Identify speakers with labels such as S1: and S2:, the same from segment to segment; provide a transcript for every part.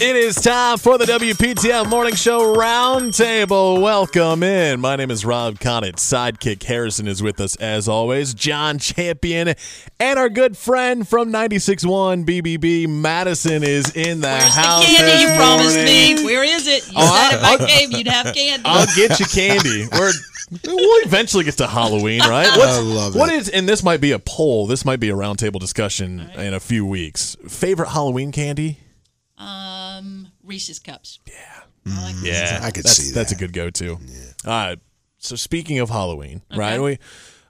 S1: It is time for the WPTF Morning Show Roundtable. Welcome in. My name is Rob Connett. Sidekick Harrison is with us as always. John Champion and our good friend from 96.1 BBB, Madison, is in the
S2: Where's
S1: house.
S2: the candy
S1: this
S2: you promised
S1: morning.
S2: me? Where is it? You
S1: Oh, I-
S2: said if I
S1: I'll-
S2: came, you'd have candy.
S1: I'll get you candy. We're we'll eventually get to Halloween, right? What's,
S3: I love
S1: what
S3: it.
S1: is- and this might be a poll. This might be a roundtable discussion in a few weeks. Favorite Halloween candy?
S2: um, Reese's cups.
S1: Yeah,
S3: I could
S1: that's,
S3: see
S1: That's a
S3: that.
S1: good go-to. All right. So speaking of Halloween, right? We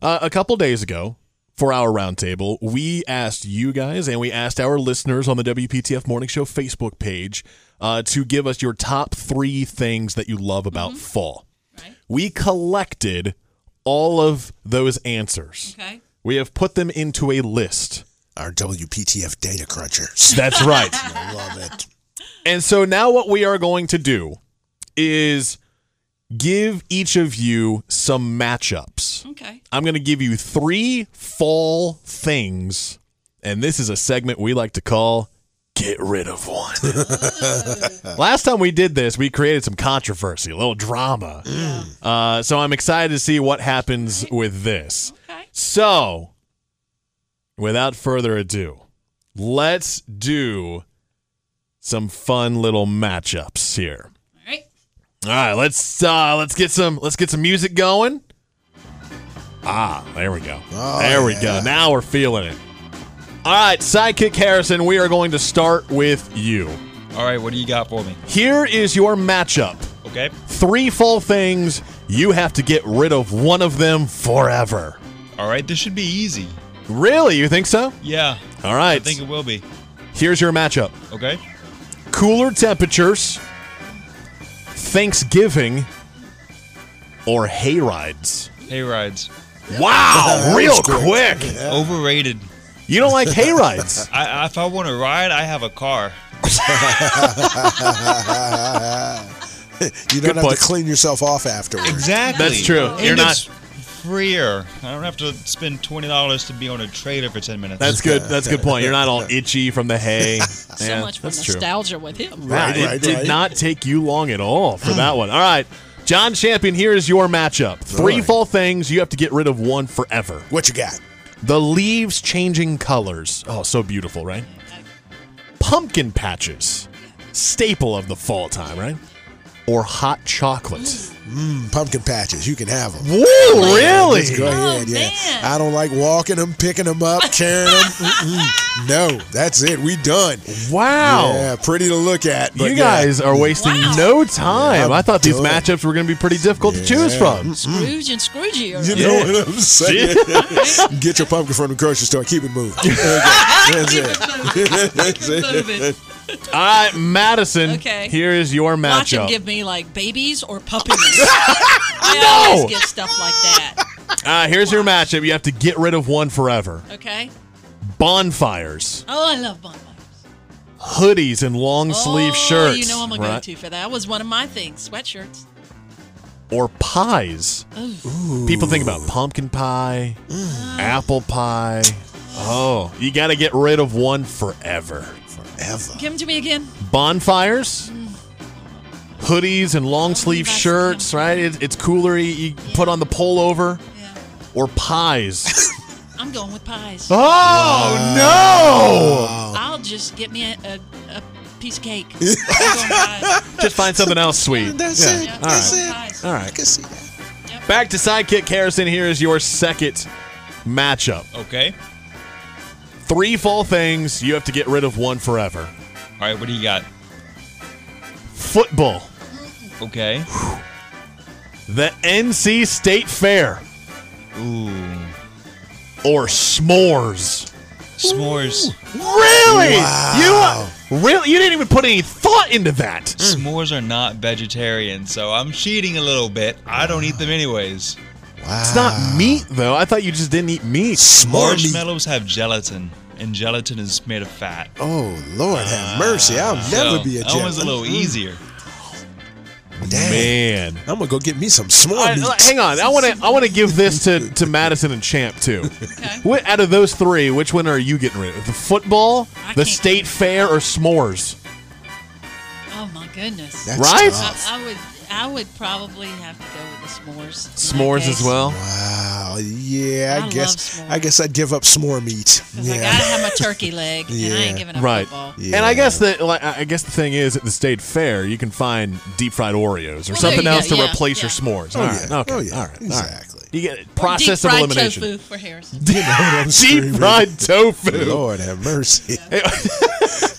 S1: uh, a couple days ago for our roundtable, we asked you guys and we asked our listeners on the WPTF Morning Show Facebook page uh, to give us your top three things that you love about fall.
S2: Right.
S1: We collected all of those answers.
S2: Okay.
S1: We have put them into a list.
S3: Our WPTF data crunchers.
S1: That's right.
S3: I love it.
S1: And so now what we are going to do is give each of you some matchups.
S2: Okay.
S1: I'm going to give you three fall things, and this is a segment we like to call Get Rid of One. Last time we did this, we created some controversy, a little drama. Uh, so I'm excited to see what happens with this.
S2: Okay.
S1: So, without further ado, let's do some fun little matchups here.
S2: All right.
S1: All right, let's uh, let's get some let's get some music going. Ah, there we go.
S3: Oh,
S1: there we
S3: yeah.
S1: go. Now we're feeling it. All right, Sidekick Harrison, we are going to start with you.
S4: All right, what do you got for me?
S1: Here is your matchup.
S4: Okay.
S1: Three fall things. You have to get rid of one of them forever.
S4: All right, this should be easy.
S1: Really? You think so?
S4: Yeah,
S1: All
S4: I
S1: right.
S4: think it will be.
S1: Here's your matchup
S4: Okay.
S1: cooler temperatures, Thanksgiving, or hay rides.
S4: Hay rides.
S1: Wow, real
S3: quick.
S1: quick.
S3: Uh,
S1: Oh,
S4: Overrated.
S1: You don't like hay rides.
S4: I, if I want to ride, I have a car.
S3: You don't
S1: Good
S3: have
S1: point.
S3: to clean yourself off afterwards.
S4: Exactly.
S1: That's true.
S4: And
S1: You're not-
S4: it's freer. I don't have to spend twenty dollars to be on a trailer for ten minutes.
S1: That's good. That's a good point. You're not all itchy from the hay.
S2: So much for
S1: that's
S2: nostalgia with him.
S1: Yeah,
S3: Right,
S1: it
S3: right,
S1: did
S3: right.
S1: not take you long at all for that one. All right. John Champion, here is your matchup. Three
S3: Alright.
S1: fall things. You have to get rid of one forever.
S3: What you got?
S1: The leaves changing colors. Oh, so beautiful, right? Pumpkin patches. Staple of the fall time, right? Or hot chocolate.
S3: Mm, pumpkin patches. You can have them.
S1: Whoa, really? Oh,
S3: Let's go ahead. Yeah.
S2: man.
S3: I don't like walking them, picking them up, carrying them. Mm-mm. No, that's it. We done.
S1: Wow.
S3: Yeah, pretty to look at. But
S1: you
S3: yeah.
S1: guys are wasting
S2: Wow.
S1: no time.
S3: I'm
S1: I thought these
S3: done.
S1: matchups were going to be pretty difficult to choose
S3: Yeah.
S1: from.
S2: Scrooge and Scroogey. Are
S3: You
S1: Yeah.
S3: know what I'm saying? Get your pumpkin from the grocery store. Keep it moving. Okay, That's it. That's it.
S2: moving.
S1: All right, Madison.
S2: Okay.
S1: Here is your
S2: Watch him
S1: matchup.
S2: give me like babies or puppies. I always get stuff like that.
S1: All right, Uh, here's your matchup. You have to get rid of one forever.
S2: Okay.
S1: Bonfires,
S2: Oh, I love bonfires.
S1: hoodies, and long sleeve
S2: oh,
S1: shirts.
S2: You know I'm a
S1: right?
S2: go-to for that. That was one of my things. Sweatshirts.
S1: Or pies. People think about pumpkin pie, apple pie. Oh, you got to get rid of one forever.
S3: Ever.
S2: Give them to me again.
S1: bonfires, hoodies, and long sleeve
S2: that's
S1: shirts,
S2: him.
S1: right? It, it's cooler. You you put on the pullover
S2: Yeah.
S1: or pies.
S2: I'm going with pies.
S1: oh,
S2: I'll just get me a, a, a piece of cake. I'm going pies.
S1: no! Just find something else sweet.
S3: That's
S1: Yeah.
S3: it.
S2: Yep,
S3: That's
S2: going
S3: it.
S2: pies.
S1: All
S3: I
S1: right.
S3: can see that.
S1: Back to Sidekick Harrison. Here is your second matchup.
S4: Okay.
S1: Three fall things. You have to get rid of one forever.
S4: All right, what do you got?
S1: Football,
S4: Okay.
S1: the NC State Fair,
S4: Ooh.
S1: or s'mores. Mm.
S4: S'mores.
S1: Really?
S3: Wow.
S1: You really? You didn't even put any thought into that.
S4: S'mores are not vegetarian, so I'm cheating a little bit. I don't eat them anyways.
S3: Wow.
S1: It's not meat though. I thought you just didn't eat meat.
S3: S'more meat.
S4: Marshmallows have gelatin, and gelatin is made of fat.
S3: Oh Lord,
S1: Ah,
S3: have mercy! I'll never
S4: So,
S3: be a
S4: that one's a
S3: gentleman.
S4: little easier.
S3: Dang.
S1: Man.
S3: I'm gonna go get me some s'more
S1: I-
S3: meat.
S1: I- hang on. I want to. I want to give this to, to Madison and Champ too.
S2: Okay.
S1: What out of those three, which one are you getting rid of? The football,
S2: I
S1: the
S2: can't-
S1: state fair, or s'mores?
S2: Oh my goodness.
S3: That's
S1: Right?
S3: tough.
S2: I, I would I would probably have to go with the s'mores. in my
S1: S'mores as
S2: case,
S1: well.
S3: Wow. Yeah, I,
S2: I
S3: guess
S2: love s'mores.
S3: I guess I'd give up s'more meat.
S2: 'cause I gotta have my turkey leg, and I
S3: Yeah.
S2: ain't giving up
S1: Right.
S2: football.
S3: Yeah.
S1: And I guess that like, I I guess the thing is at the state fair you can find deep fried Oreos or
S2: Well,
S1: something
S2: there you
S1: else
S2: go.
S1: to
S2: Yeah,
S1: replace your
S2: yeah.
S1: s'mores.
S3: Oh,
S1: all
S3: yeah.
S1: right. Okay.
S3: Oh, yeah.
S1: All right. all right.
S3: Exactly.
S1: You get it. process of
S2: Deep fried
S1: elimination.
S2: tofu for Harrison.
S3: You know what I'm
S1: Deep
S3: screaming.
S1: fried tofu.
S3: Lord have mercy.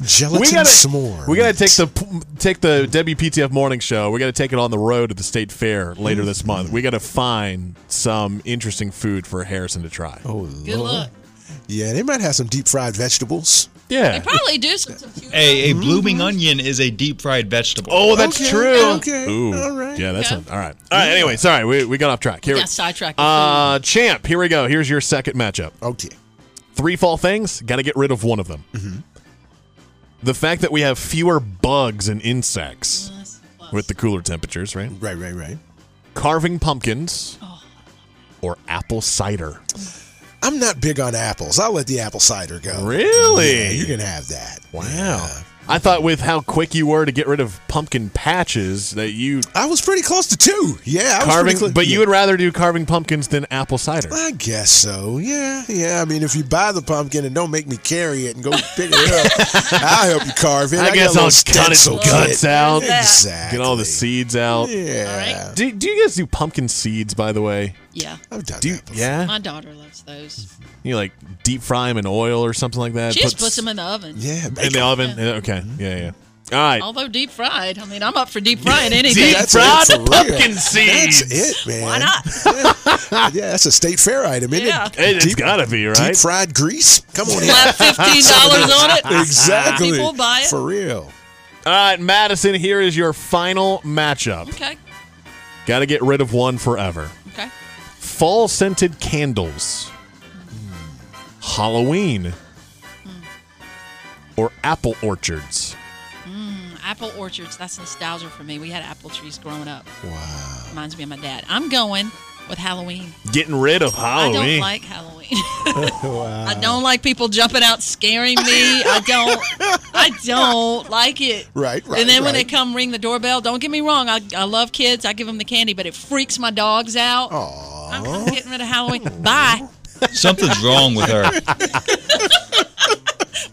S3: Gelatin
S1: We gotta,
S3: s'more.
S1: we gotta take the p- take the WPTF morning show. We gotta take it on the road to the state fair later this month. We gotta find some interesting food for Harrison to try.
S3: Oh,
S2: Good
S3: Lord.
S2: luck.
S3: Yeah, they might have some deep fried vegetables.
S2: They
S1: yeah.
S2: probably do some. some cucumber.
S4: A, a blooming onion is a deep fried vegetable.
S1: Oh, that's
S3: Okay,
S1: true.
S3: okay,
S1: Ooh.
S3: all right.
S1: Yeah, that's
S2: Okay.
S1: a- all right. All right. Anyway, sorry, we, we got off track. Here,
S2: got sidetracked with
S1: Uh, champ. Here we go. Here's your second matchup.
S3: Okay.
S1: Three fall things. Got to get rid of one of them.
S3: Mm-hmm.
S1: The fact that we have fewer bugs and insects
S2: Plus, plus.
S1: with the cooler temperatures, right?
S3: Right, right, right.
S1: Carving pumpkins or apple cider.
S3: I'm not big on apples. I'll let the apple cider go.
S1: Really?
S3: Yeah, you can have that. Wow.
S1: I thought with how quick you were to get rid of pumpkin patches that you
S3: I was pretty close to two. Yeah, I
S1: carving,
S3: was pretty close.
S1: but you would rather do carving pumpkins than apple cider.
S3: I guess so. Yeah, yeah. I mean, if you buy the pumpkin and don't make me carry it and go pick it up, I'll help you carve it.
S1: I,
S3: got a
S1: guess
S3: little
S1: I'll cut its
S3: stencil
S1: guts
S3: kit.
S1: out.
S2: Yeah.
S3: Exactly.
S1: Get all the seeds out.
S3: Yeah.
S2: Alright.
S1: Do, do you guys do pumpkin seeds, by the way?
S2: yeah.
S3: I've done
S1: Do you,
S3: that before.
S1: yeah?
S2: My daughter loves those.
S1: You like deep fry them in oil or something like that?
S2: She just puts them in the oven.
S3: Yeah.
S1: in the oven? Yeah, Okay.
S3: Mm-hmm.
S1: Yeah, yeah. All right.
S2: Although deep fried, I mean, I'm up for deep frying anything.
S1: Deep
S3: That's
S1: fried
S3: it for real.
S1: pumpkin
S3: That's
S1: seeds.
S3: it, man.
S2: Why not?
S3: Yeah, that's a state fair item, isn't
S2: Yeah.
S3: it?
S1: It, has
S3: Deep-
S1: gotta be right.
S3: Deep fried grease. Come on in.
S2: Slap fifteen dollars on it.
S3: exactly.
S2: People buy it.
S3: For real.
S1: All right, Madison. Here is your final matchup.
S2: Okay.
S1: Got to get rid of one forever.
S2: Okay.
S1: Fall scented candles, Hmm. Halloween,
S2: Hmm.
S1: or apple orchards.
S2: Apple orchards. That's nostalgia for me. We had apple trees growing up.
S3: Wow.
S2: Reminds me of my dad. I'm going with Halloween.
S1: Getting rid of Halloween.
S2: I don't like Halloween. I don't like people jumping out scaring me. I don't. I don't like it.
S3: Right, right,
S2: And then when they
S3: right.
S2: come ring the doorbell, don't get me wrong. I, I love kids. I give them the candy, but it freaks my dogs out.
S3: Aw.
S2: I'm, I'm getting rid of Halloween. Bye.
S4: Something's wrong with her.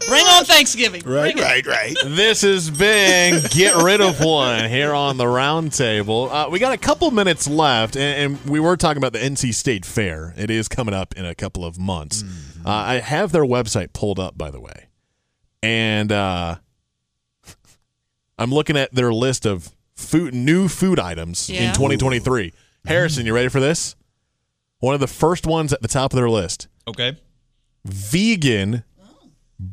S2: Bring on Thanksgiving.
S3: Right,
S2: Bring it.
S3: right, right.
S1: This has been Get Rid of One here on the round table. Uh, we got a couple minutes left, and, and we were talking about the NC State Fair. It is coming up in a couple of months. Uh, I have their website pulled up, by the way. And uh, I'm looking at their list of food, new food items in
S2: Yeah.
S1: 2023. Harrison, you ready for this? One of the first ones at the top of their list
S4: Okay.
S1: vegan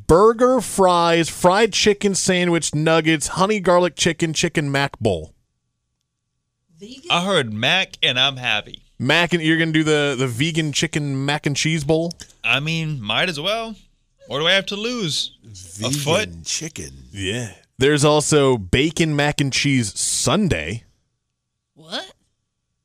S1: burger fries, fried chicken sandwich, nuggets, honey garlic chicken, chicken mac bowl.
S4: I heard Mac and I'm happy.
S1: Mac and you're gonna do the the vegan chicken mac and cheese bowl.
S4: I mean, might as well. What do I have to lose?
S3: Vegan
S4: foot?
S3: chicken.
S1: Yeah. There's also bacon mac and cheese Sunday.
S2: What?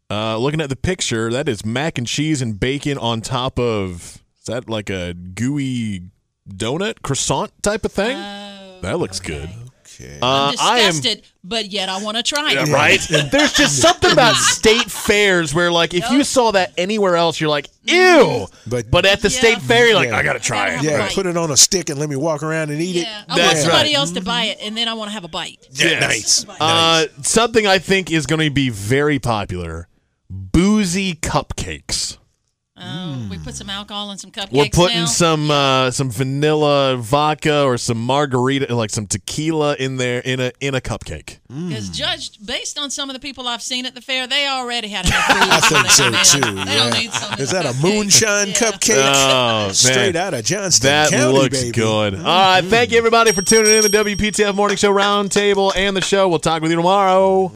S1: Uh, looking at the picture, that is mac and cheese and bacon on top of is that like a gooey donut croissant type of thing? that looks good.
S3: Okay.
S1: Uh,
S2: Oh, I'm
S1: I am
S2: disgusted, but yet I want to try it.
S1: Yeah, right? There's just something about state fairs where, like, if you saw that anywhere else, you're like, ew.
S3: Mm-hmm. But-
S1: But, at the
S2: Yeah.
S1: state fair, you're like,
S3: Yeah.
S1: I got to try it.
S2: gotta
S3: yeah,
S2: Right.
S3: put it on a stick and let me walk around and eat
S2: Yeah.
S3: it.
S2: I want
S1: That's
S2: somebody
S1: right.
S2: else to buy it, and then I want to have a bite.
S3: Yeah,
S1: Yes.
S3: nice.
S1: Uh, something I think is going to be very popular boozy cupcakes.
S3: Mm.
S2: Um, We put some alcohol and some cupcakes.
S1: We're putting
S2: now.
S1: some uh, some vanilla vodka or some margarita, like some tequila in there in a in a cupcake.
S3: Mm.
S2: Because judged based on some of the people I've seen at the fair, they already had enough food.
S3: think so,
S2: they
S3: too,
S2: They
S3: yeah.
S2: don't need something.
S3: Is that a moonshine cupcake?
S1: Oh,
S3: Straight
S1: man.
S3: out of Johnston
S1: That
S3: County,
S1: looks
S3: baby. Mm-hmm.
S1: good. All right, thank you everybody for tuning in to the WPTF Morning Show Roundtable and the show. We'll talk with you tomorrow.